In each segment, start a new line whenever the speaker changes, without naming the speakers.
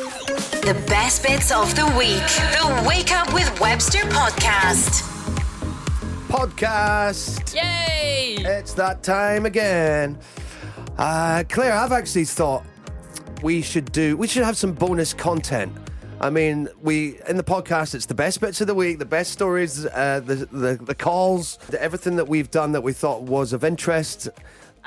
The best bits of the week. The Wake Up with Webster podcast.
Podcast.
Yay!
It's that time again. Uh, Claire, I've actually thought we should do. We should have some bonus content. I mean, we in the podcast, it's the best bits of the week, the best stories, uh, the, the the calls, the, everything that we've done that we thought was of interest.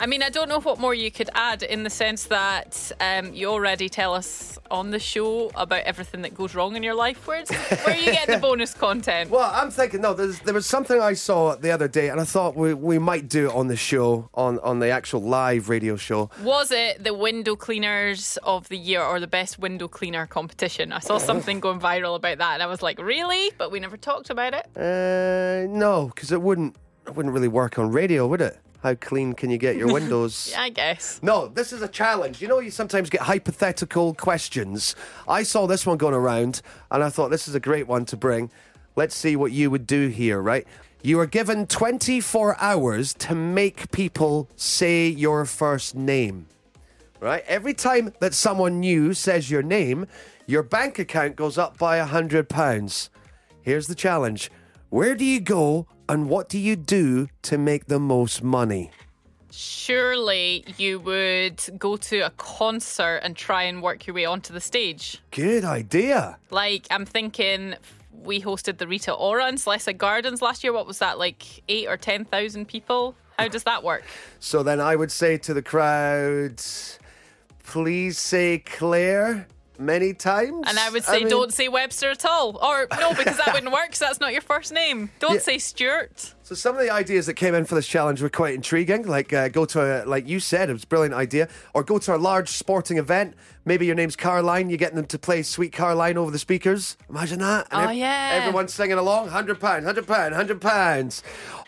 I mean, I don't know what more you could add in the sense that um, you already tell us on the show about everything that goes wrong in your life. Where's where you get the bonus content?
Well, I'm thinking no. There's, there was something I saw the other day, and I thought we, we might do it on the show, on on the actual live radio show.
Was it the window cleaners of the year or the best window cleaner competition? I saw something going viral about that, and I was like, really? But we never talked about it.
Uh, no, because it wouldn't it wouldn't really work on radio, would it? How clean can you get your windows?
I guess.
No, this is a challenge. You know, you sometimes get hypothetical questions. I saw this one going around, and I thought this is a great one to bring. Let's see what you would do here, right? You are given 24 hours to make people say your first name, right? Every time that someone new says your name, your bank account goes up by a £100. Here's the challenge Where do you go and what do you do to make the most money?
Surely you would go to a concert and try and work your way onto the stage.
Good idea.
Like, I'm thinking we hosted the Rita Ora and Celeste Gardens last year. What was that, like eight or 10,000 people? How does that work?
So then I would say to the crowd, please say Claire many times.
And I would say,
mean,
don't say Webster at all. Or, no, because that wouldn't work because that's not your first name. Don't say Stuart.
So some of the ideas that came in for this challenge were quite intriguing. Like uh, go to a, like you said, it was a brilliant idea. Or go to a large sporting event. Maybe your name's Caroline. You're getting them to play "Sweet Caroline" over the speakers. Imagine that. And
Oh, yeah.
Everyone's singing along. Hundred pounds. Hundred pounds. Hundred pounds.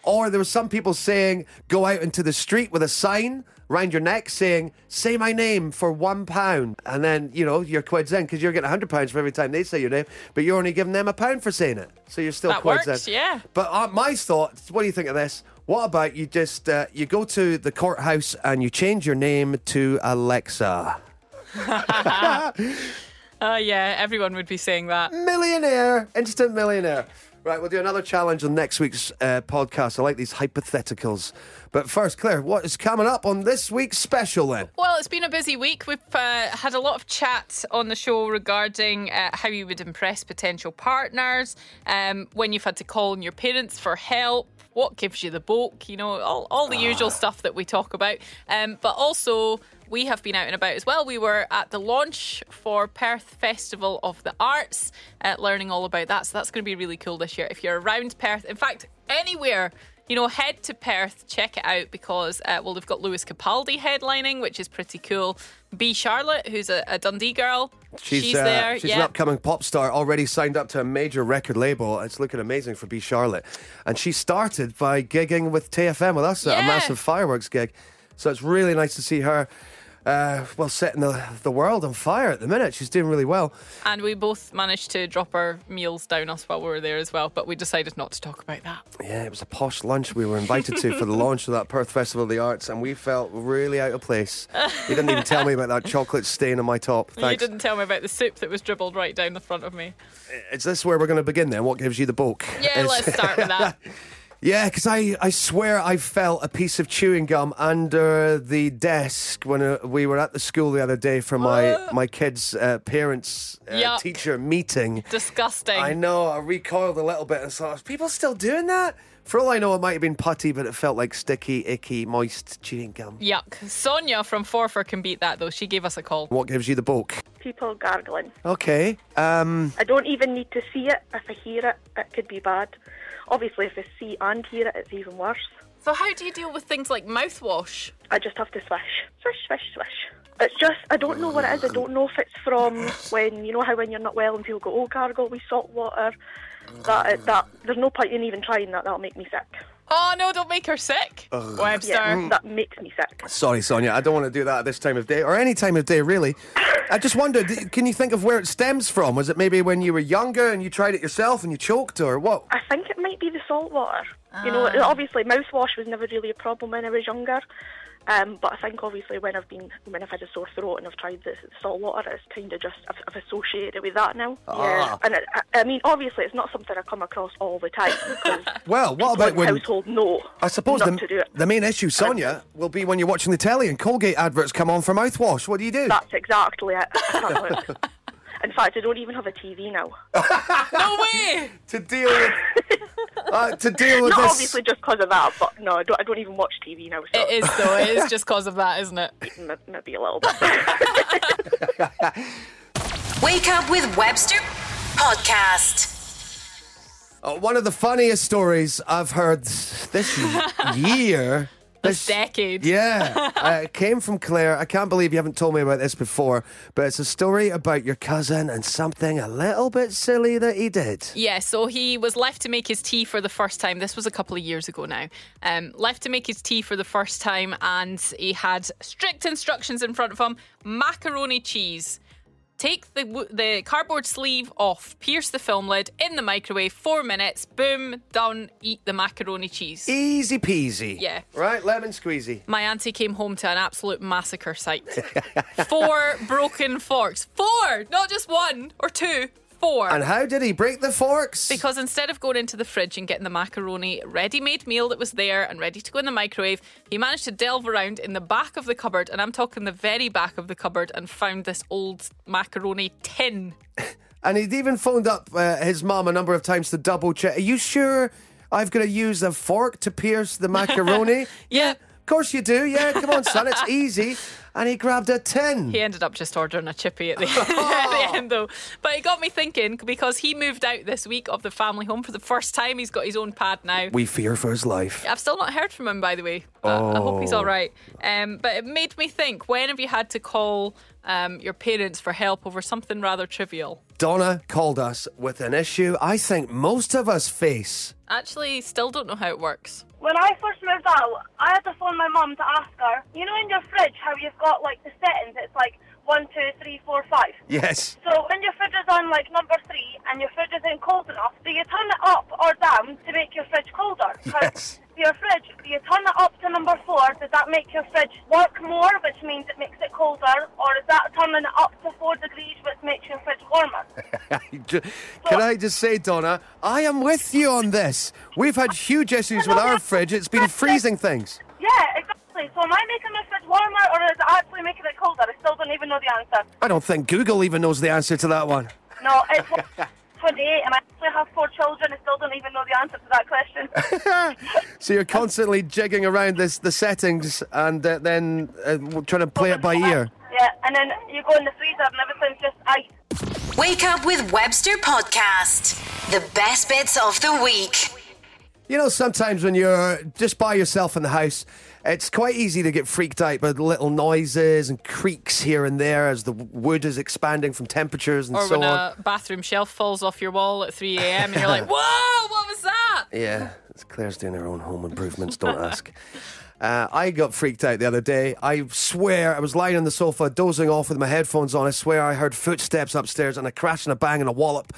Or there were some people saying, go out into the street with a sign round your neck saying, say my name for one pound. And then, you know, your quid's in because you're getting hundred pounds for every time they say your name, but you're only giving them a pound for saying it. So you're still
That
quid's
works,
in.
yeah.
But uh, my thoughts, what do you think of this? What about you just uh, you go to the courthouse and you change your name to Alexa?
Oh, yeah, everyone would be saying that.
Millionaire, instant millionaire. Right, we'll do another challenge on next week's uh, podcast. I like these hypotheticals. But first, Claire, what is coming up on this week's special then?
Well, it's been a busy week. We've uh, had a lot of chat on the show regarding uh, how you would impress potential partners, um, when you've had to call on your parents for help, what gives you the bulk, you know, all, all the usual stuff that we talk about. Um, but also, we have been out and about as well. We were at the launch for Perth Festival of the Arts, uh, learning all about that. So that's going to be really cool this year. If you're around Perth, in fact, anywhere, you know, head to Perth, check it out because, uh, well, they've got Lewis Capaldi headlining, which is pretty cool. B. Charlotte, who's a, a Dundee girl, she's,
uh,
there.
She's
yeah.
an upcoming pop star, already signed up to a major record label. It's looking amazing for B Charlotte, and she started by gigging with TFM with us at a
Yeah.
massive fireworks gig. So it's really nice to see her. Uh, well, setting the the world on fire at the minute. She's doing really well.
And we both managed to drop our meals down us while we were there as well, but we decided not to talk about that.
Yeah, it was a posh lunch we were invited to for the launch of that Perth Festival of the Arts, and we felt really out of place. You didn't even tell me about that chocolate stain on my top. Thanks.
You didn't tell me about the soup that was dribbled right down the front of me.
Is this where we're going to begin then? What gives you the bulk?
Yeah,
Is-
let's start with that.
Yeah, because I, I swear I felt a piece of chewing gum under the desk when uh, we were at the school the other day for my, my kids' uh, parents' uh,
Oh. Yuck.
teacher meeting.
Disgusting.
I know, I recoiled a little bit and thought, "Is people still doing that? For all I know, it might have been putty, but it felt like sticky, icky, moist chewing gum.
Yuck. Sonia from Forfar can beat that though. She gave us a call.
What gives you the bulk?
people gargling.
Okay. Um,
I don't even need to see it. If I hear it, it could be bad. Obviously, if I see and hear it, it's even worse.
So how do you deal with things like mouthwash?
I just have to swish, swish, swish, swish. It's just I don't know what it is. I don't know if it's from when you know how when you're not well and people go, oh, gargle with salt water. That that there's no point in even trying that. That'll make me sick.
Oh no, don't make her sick. Webster.
Yeah, that makes me sick.
sorry, Sonia, I don't want to do that at this time of day or any time of day, really. I just wondered, can you think of where it stems from? Was it maybe when you were younger and you tried it yourself and you choked, or what?
I think
Ah.
it might be the salt water. You know, obviously mouthwash was never really a problem when I was younger. Um, but I think obviously when I've been when I've had a sore throat and I've tried the salt water, it's kind of just I've, I've associated it with that now.
Ah.
And it, I- I mean, obviously, it's not something I come across all the time. Because
Well, what
people
about
in
when-
household know?
I suppose
not
the,
to do it.
the main issue, Sonia, will be when you're watching the telly and Colgate adverts come on for mouthwash. What do you do?
That's exactly it. I can't look. In fact, I don't even have a TV now.
Oh,
No way.
to deal with uh, to deal with
Not
this.
obviously just because of that, but no, I don't, I don't even watch TV now. So
It is though. It is just cause of that, isn't it?
m- maybe a little bit.
Wake up with Webster Podcast.
Uh, one of the funniest stories I've heard this year.
This decade.
Yeah, uh, it came from Claire. I can't believe you haven't told me about this before, but it's a story about your cousin and something a little bit silly that he did.
Yeah, so he was left to make his tea for the first time. This was a couple of years ago now. Um, left to make his tea for the first time, and he had strict instructions in front of him: macaroni cheese. Take the w- the cardboard sleeve off, pierce the film lid in the microwave, four minutes, boom, done. Eat the macaroni cheese.
Easy peasy.
Yeah.
Right, lemon squeezy.
My auntie came home to an absolute massacre site. four broken forks, four, not just one or two, four.
And how did he break the forks?
Because instead of going into the fridge and getting the macaroni ready made meal that was there and ready to go in the microwave, he managed to delve around in the back of the cupboard, and I'm talking the very back of the cupboard, and found this old macaroni tin.
and he'd even phoned up uh, his mum a number of times to double check. Are you sure I've got to use a fork to pierce the macaroni?
Yeah.
Of course you do. Yeah, come on, son. It's easy. And he grabbed a tin.
He ended up just ordering a chippy at the, at the end, though. But it got me thinking because he moved out this week of the family home for the first time. He's got his own pad now.
We fear for his life.
I've still not heard from him, by the way. But I hope he's all right. Um, but it made me think: when have you had to call um, your parents for help over something rather trivial?
Donna called us with an issue I think most of us face.
Actually, still don't know how it works.
When I first moved out, I had to phone my mum to ask her, you know, in your fridge, how you've got like the settings, it's like one, two, three, four, five.
Yes.
So when your fridge is on like number three and your fridge isn't cold enough, do you turn it up or down to make your fridge colder? 'Cause
Yes.
Your fridge, do you turn it up to number four? Does that make your fridge work more, which means it makes it colder? Or is that turning it up to four degrees, which makes your fridge warmer?
Can I just say, Donna, I am with you on this. We've had huge issues with our fridge, it's been freezing things.
yeah, exactly. So am I making my fridge warmer or is it actually making it colder? I still don't even know the answer.
I don't think Google even knows the answer to that one.
No, it's 28, and I actually have four children. I still don't even know the answer to that question.
So you're constantly jigging around this, the settings and uh, then uh, trying to play it by ear.
Yeah, and then you go in the freezer, and everything's just ice.
Wake up with Webster Podcast. The best bits of the week.
You know, sometimes when you're just by yourself in the house, it's quite easy to get freaked out by the little noises and creaks here and there as the wood is expanding from temperatures and
Or
so
when uh,
on.
a bathroom shelf falls off your wall at 3 a.m. and you're like, "Whoa, what was that?"
Yeah, it's Claire's doing her own home improvements, don't ask. Uh, I got freaked out the other day. I swear I was lying on the sofa, dozing off with my headphones on. I swear I heard footsteps upstairs and a crash and a bang and a wallop.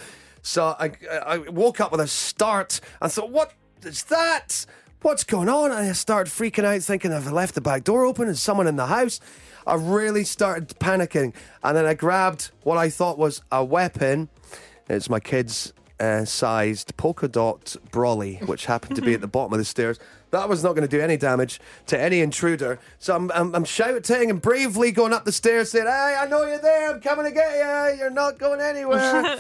So I, I woke up with a start and thought, what is that? What's going on? And I started freaking out, thinking I've left the back door open and someone in the house. I really started panicking. And then I grabbed what I thought was a weapon. It's my kid's uh, sized polka dot brolly, which happened to be at the bottom of the stairs. That was not going to do any damage to any intruder. So I'm, I'm, I'm shouting and bravely going up the stairs, saying, Hey, I know you're there. I'm coming to get you. You're not going anywhere.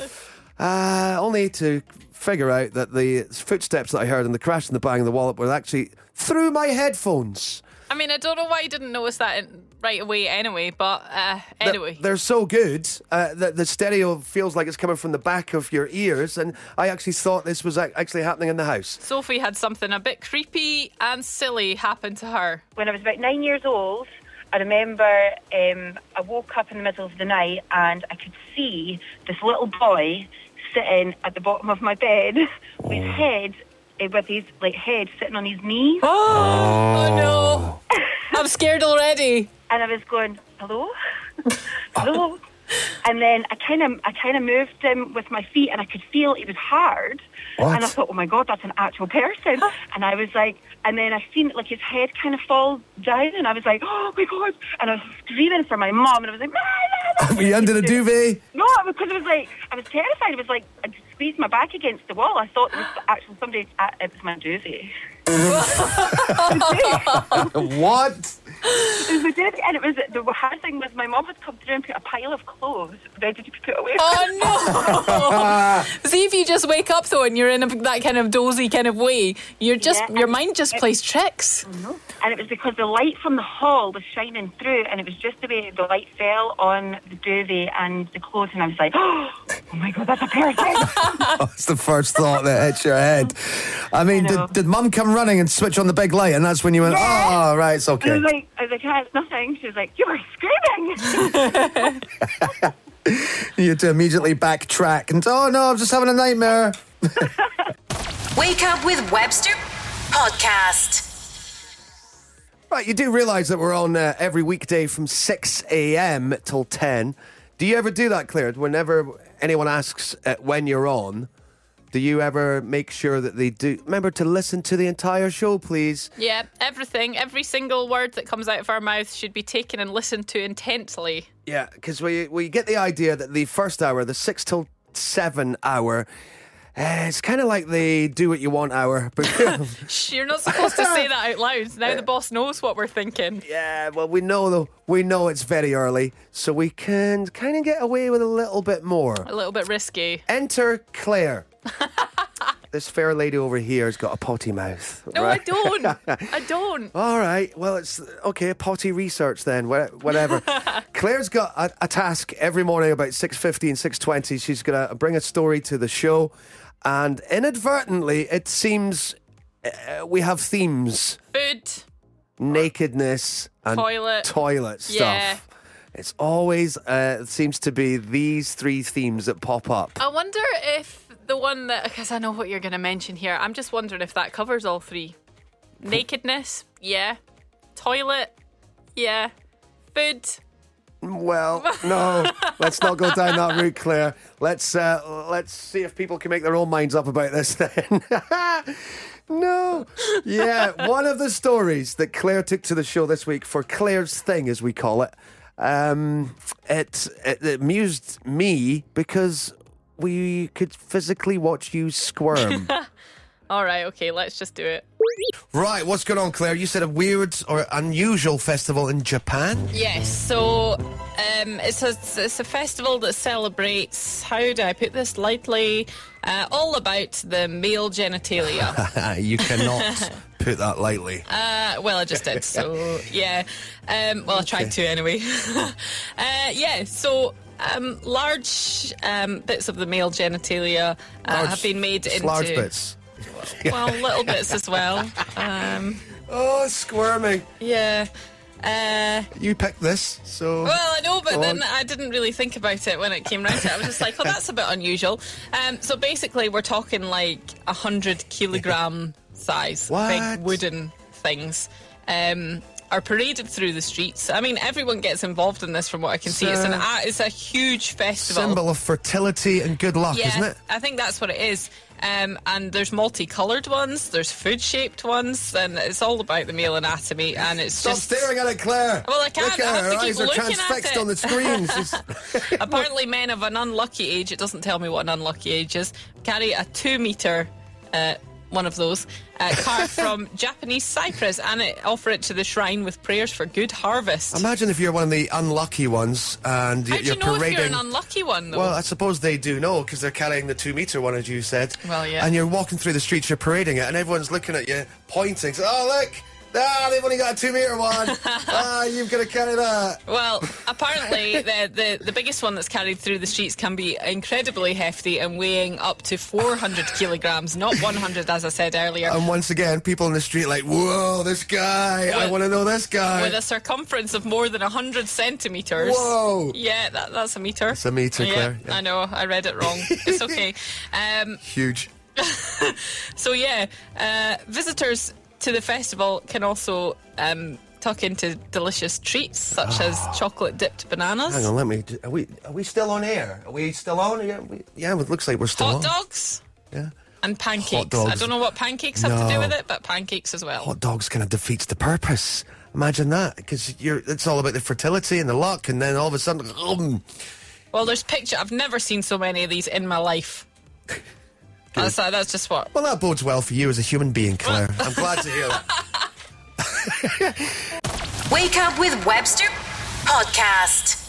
uh, only to figure out that the footsteps that I heard and the crash and the bang and the wallop were actually through my headphones.
I mean, I don't know why you didn't notice that in, right away. Anyway, but uh,
that
anyway,
They're so good uh, that the stereo feels like it's coming from the back of your ears. And I actually thought this was ac- actually happening in the house.
Sophie had something a bit creepy and silly happen to her.
when I was about nine years old, I remember um, I woke up in the middle of the night and I could see this little boy sitting at the bottom of my bed with his head eh, with his like head sitting on his knees
oh no, I'm scared already.
and I was going, Hello? Hello? And then I kind of I kind of moved him with my feet, and I could feel it was hard.
What?
And I thought, oh my god, that's an actual person. and I was like, and then I seen like his head kind of fall down, and I was like, oh my god. And I was screaming for my mom, and I was like, "Ma, ma, ma."
Were you under the duvet?
No, because it was like I was terrified. It was like I squeezed my back against the wall. I thought it was actually somebody. uh, It was my duvet.
What?
It was my duvet, and it was the hard thing was my mom had come through and put a pile of clothes ready to be put away.
Oh no! See if you just wake up though, and you're in a, that kind of dozy kind of way. You're just
Yeah,
your
and
mind just
it-
plays tricks.
And it was because the light from the hall was shining through, and it was just the way the light fell on the duvet and the clothes, and I was like, oh my god, that's a person.
That's the first thought that hits your head. I mean,
I know.
did, did mum come running and switch on the big light, and that's when you went,
Yeah.
oh, right, it's
And I
okay.
was like, I was like, yeah, it's nothing. She was like, you were screaming.
You had to immediately backtrack and, oh, no, I'm just having a nightmare.
Wake up with Webster Podcast.
Right, you do realise that we're on uh, every weekday from 6 a.m. till 10. Do you ever do that, Claire? Whenever anyone asks uh, when you're on, do you ever make sure that they do? Remember to listen to the entire show, please.
Yeah, everything, every single word that comes out of our mouth should be taken and listened to intently.
Yeah, because we, we get the idea that the first hour, the 6 till 7 hour, uh, it's kind of like the do what you want hour. But
Shh, You're not supposed to say that out loud. Now the boss knows what we're thinking.
Yeah, well, we know though we know it's very early, so we can kind of get away with a little bit more.
A little bit risky.
Enter Claire. this fair lady over here has got a potty mouth.
No,
right?
I don't. I don't.
All right. Well, it's okay. Potty research then. wha- Whatever. Claire's got a, a task every morning about six fifty and six twenty. She's gonna bring a story to the show, and inadvertently, it seems uh, we have themes:
Food.
nakedness and
Toilet.
toilet stuff.
Yeah.
It's always uh, it seems to be these three themes that pop up.
I wonder if the one that, because I know what you're going to mention here, I'm just wondering if that covers all three. Nakedness, yeah. Toilet, yeah. Food,
Well, no, let's not go down that route, Claire. Let's uh, let's see if people can make their own minds up about this. Then, no, yeah, one of the stories that Claire took to the show this week for Claire's thing, as we call it, um, it, it, it amused me because we could physically watch you squirm.
All right, okay, let's just do it.
right, what's going on, Claire? You said a weird or unusual festival in Japan.
Yes, so um, it's, a, it's a festival that celebrates, how do I put this lightly, uh, all about the male genitalia.
you cannot put that lightly.
Uh, well, I just did. So yeah. Um, well, I tried to anyway. uh, yeah. So. Um, large um, bits of the male genitalia uh, have been made
It's
into
large bits.
well, little bits as well. Um,
Oh, squirming.
yeah. Uh,
You picked this, so.
Well, I know, but
Go
then
on.
I didn't really think about it when it came round to it. I was just like, well, that's a bit unusual. Um, so basically, we're talking like a hundred kilogram size
What?
big wooden things. Um, are paraded through the streets. I mean, everyone gets involved in this, from what I can see. It's an
So-
art, it's a huge festival.
Symbol of fertility and good luck,
Yeah,
isn't it?
I think that's what it is. Um, and there's multicolored ones, there's food shaped ones, and it's all about the male anatomy. And it's
Stop
just
staring at it, Claire.
Well, I can't.
Look at
I have
her.
to
her
keep
eyes are
looking at
transfixed
it.
on the screen. She's-
Apparently, men of an unlucky age, it doesn't tell me what an unlucky age is, carry a two metre, uh, one of those, uh, carved from Japanese cypress and it, offer it to the shrine with prayers for good harvest.
Imagine if you're one of the unlucky ones and
How
y-
do
you're
you know
parading.
if you're an unlucky one, though?
well, I suppose they do know because they're carrying the two meter one, as you said.
Well, yeah.
And you're walking through the streets, you're parading it, and everyone's looking at you, pointing. saying, Oh, look! Ah, they've only got a two meter one. ah, you've got to carry that.
Well, apparently, the, the, the biggest one that's carried through the streets can be incredibly hefty and weighing up to 400 kilograms, not 100, as I said earlier.
And Um, once again, people in the street like, "Whoa, this guy! I
With-
want to know this guy."
with a circumference of more than 100 centimetres.
Whoa.
Yeah, that, that's a metre. It's
a metre, Claire, yeah.
I know, I read it wrong. it's okay. Um,
Huge.
so, yeah, uh, visitors to the festival can also um, tuck into delicious treats such as chocolate dipped bananas,
Ah. Hang on, let me. Are we are we still on air? Are we still on? Yeah, we, yeah it looks like we're still
hot
on.
dogs,
Yeah.
and pancakes. I
dogs.
don't know what pancakes have to do
No.
with it, but pancakes as well.
Hot dogs kind of defeats the purpose. Imagine that, because you're. It's all about the fertility and the luck, and then all of a sudden, um,
Well, there's picture. I've never seen so many of these in my life. that's, that's just what.
well, that bodes well for you as a human being, Claire. I'm glad to hear that.
Wake up with Webster Podcast.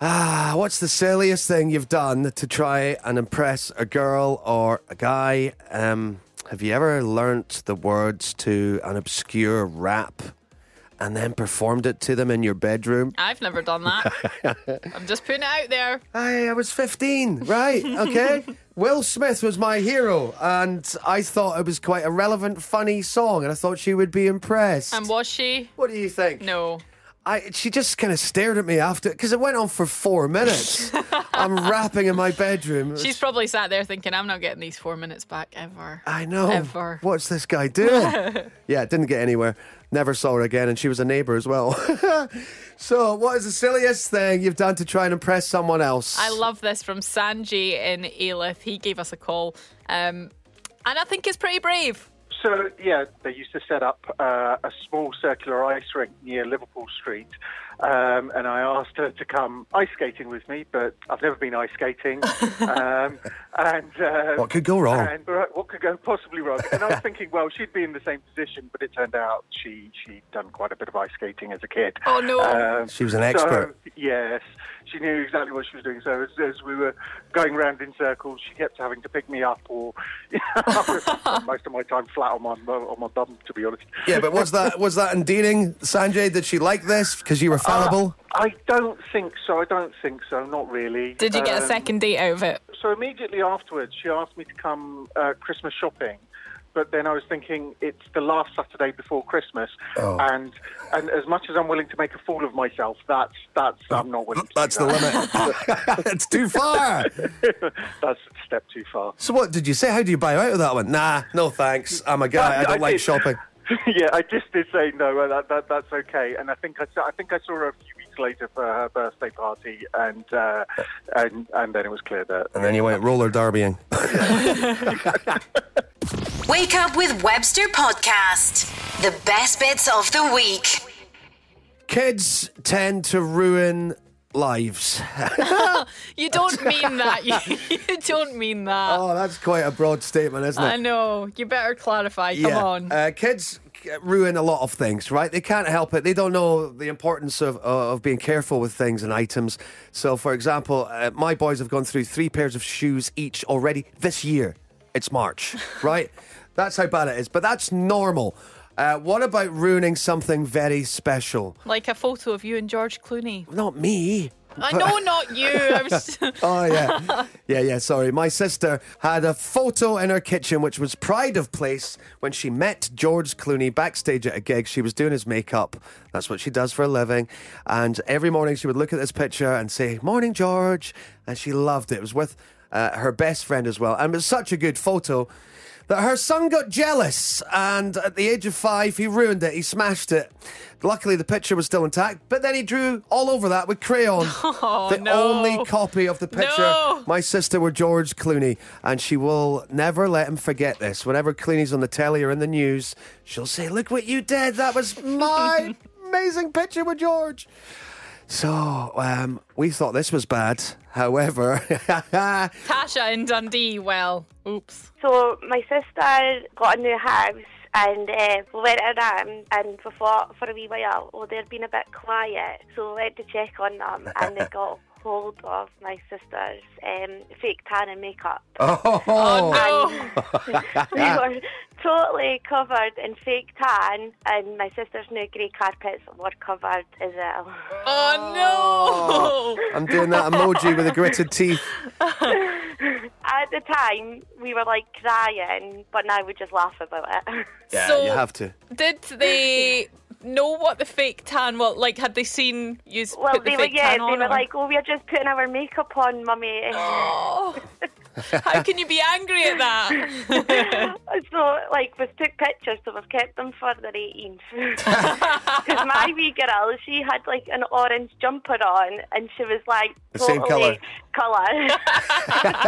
Ah, what's the silliest thing you've done to try and impress a girl or a guy? Um, have you ever learnt the words to an obscure rap and then performed it to them in your bedroom?
I've never done that. I'm just putting it out there.
I, I was 15, right? Okay. Will Smith was my hero, and I thought it was quite a relevant, funny song, and I thought she would be impressed.
And was she?
what do you think?
No.
I, she just kind of stared at me after, because it went on for four minutes. I'm rapping in my bedroom.
She's probably sat there thinking, I'm not getting these four minutes back ever.
I know.
Ever.
What's this guy doing? yeah, it didn't get anywhere. Never saw her again, and she was a neighbour as well. so, what is the silliest thing you've done to try and impress someone else?
I love this from Sanjay in Aelith. He gave us a call. Um, and I think it's pretty brave.
So yeah, they used to set up uh, a small circular ice rink near Liverpool Street, um, and I asked her to come ice skating with me, but I've never been ice skating. um, and um,
What could go wrong?
And right, what could go possibly wrong? And I was thinking, well, she'd be in the same position, but it turned out she she'd done quite a bit of ice skating as a kid.
Oh, no.
Um,
She was an
so,
expert.
yes, she knew exactly what she was doing. So as, as we were going round in circles, she kept having to pick me up, or most of my time flat on my on my bum, to be honest.
Yeah, but was that was that endearing, Sanjay? Did she like this because
Uh,
you were fallible?
I don't think so. I don't think so. Not really.
Did you
Uh,
get a
Um,
second date out of it?
So immediately afterwards, she asked me to come uh, Christmas shopping. But then I was thinking it's the last Saturday before Christmas,
Oh.
and and as much as I'm willing to make a fool of myself, that's that's I'm not willing. To do
Oh, That's the
that.
limit. It's too far.
That's a step too far.
So what did you say? How do you buy out of that one? Nah, no thanks. I'm a guy. I don't like
did-
shopping.
yeah, I just did say no. uh, That, that that's okay. And I think I saw, I think I saw her a few weeks later for her birthday party, and uh, and and then it was clear that
And then you went roller derbying.
Wake up with Webster Podcast. The best bits of the week.
Kids tend to ruin lives.
Uh, You don't mean that. You, you don't mean that.
Oh, that's quite a broad statement, isn't it?
I know. You better clarify. Come on.
Uh, kids c- ruin a lot of things, right? They can't help it. They don't know the importance of, uh, of being careful with things and items. So, for example, uh, my boys have gone through three pairs of shoes each already this year. It's March, right? That's how bad it is. But that's normal. Uh, what about ruining something very special?
like a photo of you and George Clooney.
Not me.
I know, not you. I was,
Oh yeah, yeah, yeah. Sorry, my sister had a photo in her kitchen, which was pride of place when she met George Clooney backstage at a gig. She was doing his makeup. That's what she does for a living. And every morning she would look at this picture and say, "Morning, George," and she loved it. It was with uh, her best friend as well, and it was such a good photo. That her son got jealous, and at the age of five, he ruined it. He smashed it. Luckily, the picture was still intact, but then he drew all over that with crayon. the
Oh, no.
only copy of the picture
No.
my sister were George Clooney, and she will never let him forget this. Whenever Clooney's on the telly or in the news, she'll say, Look what you did. That was my amazing picture with George. So um, we thought this was bad. However,
Tasha in Dundee. Well, oops.
So my sister got a new house and uh, we went around and we thought for a wee while, well, they'd been a bit quiet. So we went to check on them and they got hold of my sister's um, fake tan and makeup.
Oh, no.
We
Ah,
were totally covered in fake tan and my sister's new grey carpets were covered as well.
Oh no!
I'm doing that emoji with the gritted teeth.
At the time, we were like crying, but now we just laugh about it.
Yeah,
so
you have to.
did they know what the fake tan was like? Had they seen you
Well,
put the
they were
fake
yeah,
tan
they
on?
were
or-
like, "Oh, we're just putting our makeup on, mummy."
oh, how can you be angry at that?
so, like, we took pictures, so we've kept them for the 18th. Because my wee girl, she had like an orange jumper on, and she was like
The
totally
same colour.
colour.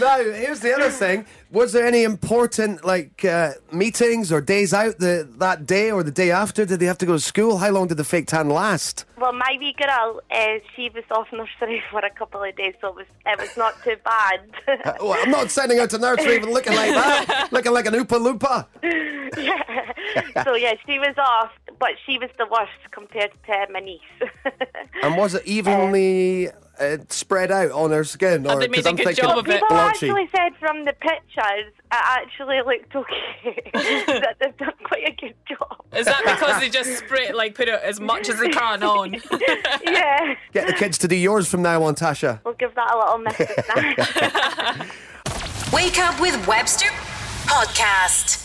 now, here's the other thing. Was there any important like uh, meetings or days out the, that day or the day after? Did they have to go to school? How long did the fake tan last?
Well, my wee girl, uh, she was off nursery for a couple of days, so it was it was not too bad.
Well, Oh, I'm not sending her to nursery even looking like that, looking like an oopa loopa.
so yeah, she was off, but she was the worst compared to my niece.
And was it evenly uh, spread out on her skin? Or
they made
because
a
I'm
good
thinking
job
Well,
of it.
people
blotchy.
actually said from the pictures it actually looked okay. that they've done quite a good job.
Is that because they just spray like put it as much as they can on?
yeah,
Get the kids to do yours from now on, Tasha.
we'll give that a little miss now.
Wake up with Webster Podcast.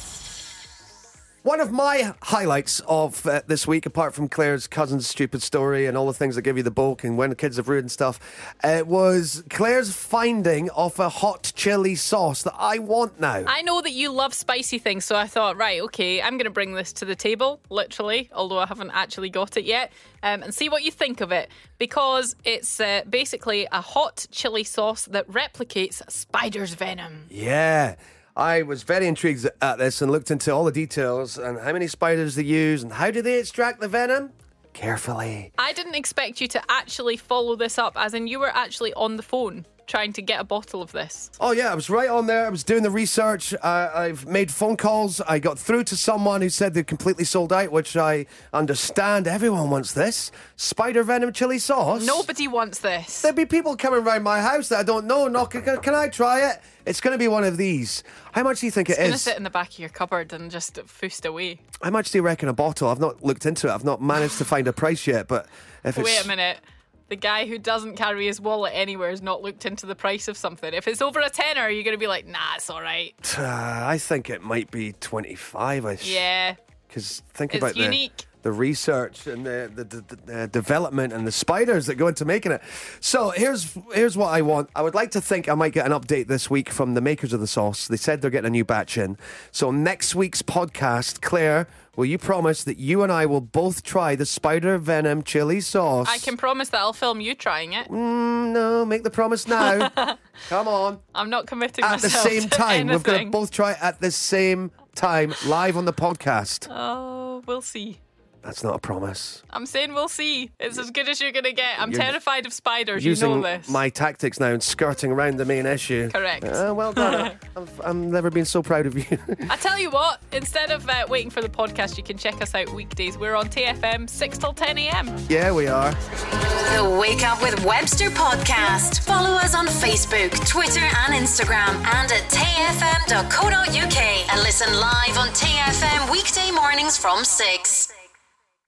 One of my highlights of uh, this week, apart from Claire's cousin's stupid story and all the things that give you the bulk and when the kids have ruined stuff, uh, was Claire's finding of a hot chili sauce that I want now.
I know that you love spicy things, so I thought, right, okay, I'm going to bring this to the table, literally, although I haven't actually got it yet, um, and see what you think of it. Because it's uh, basically a hot chili sauce that replicates spider's venom.
Yeah. I was very intrigued at this and looked into all the details and how many spiders they use and how do they extract the venom? Carefully.
I didn't expect you to actually follow this up, as in you were actually on the phone trying to get a bottle of this.
Oh, yeah, I was right on there. I was doing the research. Uh, I've made phone calls. I got through to someone who said they'd completely sold out, which I understand. Everyone wants this. Spider venom chili sauce.
Nobody wants this.
There'd be people coming round my house that I don't know knocking. Can, can I try it? It's going to be one of these. How much do you think it
It's going to
is?
sit in the back of your cupboard and just foosed away.
How much do you reckon a bottle? I've not looked into it. I've not managed to find a price yet, but if it's.
Wait a minute. The guy who doesn't carry his wallet anywhere has not looked into the price of something. If it's over a tenner, you're going to be like, nah, it's all right.
Uh, I think it might be 25 ish.
Yeah.
Because think
It's
about the-
unique.
The, research and the, the, the, the development and the spiders that go into making it. So here's here's what I want. I would like to think I might get an update this week from the makers of the sauce. They said they're getting a new batch in. So next week's podcast, Claire, will you promise that you and I will both try the spider venom chili sauce?
I can promise that I'll film you trying it.
Mm. No, make the promise now. Come on.
I'm not committing
At the
myself
same
to
time, we've got to
anything.
both try it at the same time live on the podcast.
Oh, we'll see.
That's not a promise.
I'm saying we'll see. It's as good as you're going to get. I'm
You're
terrified of spiders. You
Using
know this.
my tactics now and skirting around the main issue.
Correct.
Uh, well done. I've, I've never been so proud of you.
I tell you what, instead of uh, waiting for the podcast, you can check us out weekdays. We're on TFM 6 till 10 a.m.
yeah, we are.
The Wake Up with Webster Podcast. Follow us on Facebook, Twitter, and Instagram, and at tfm.co.uk. And listen live on TFM weekday mornings from 6.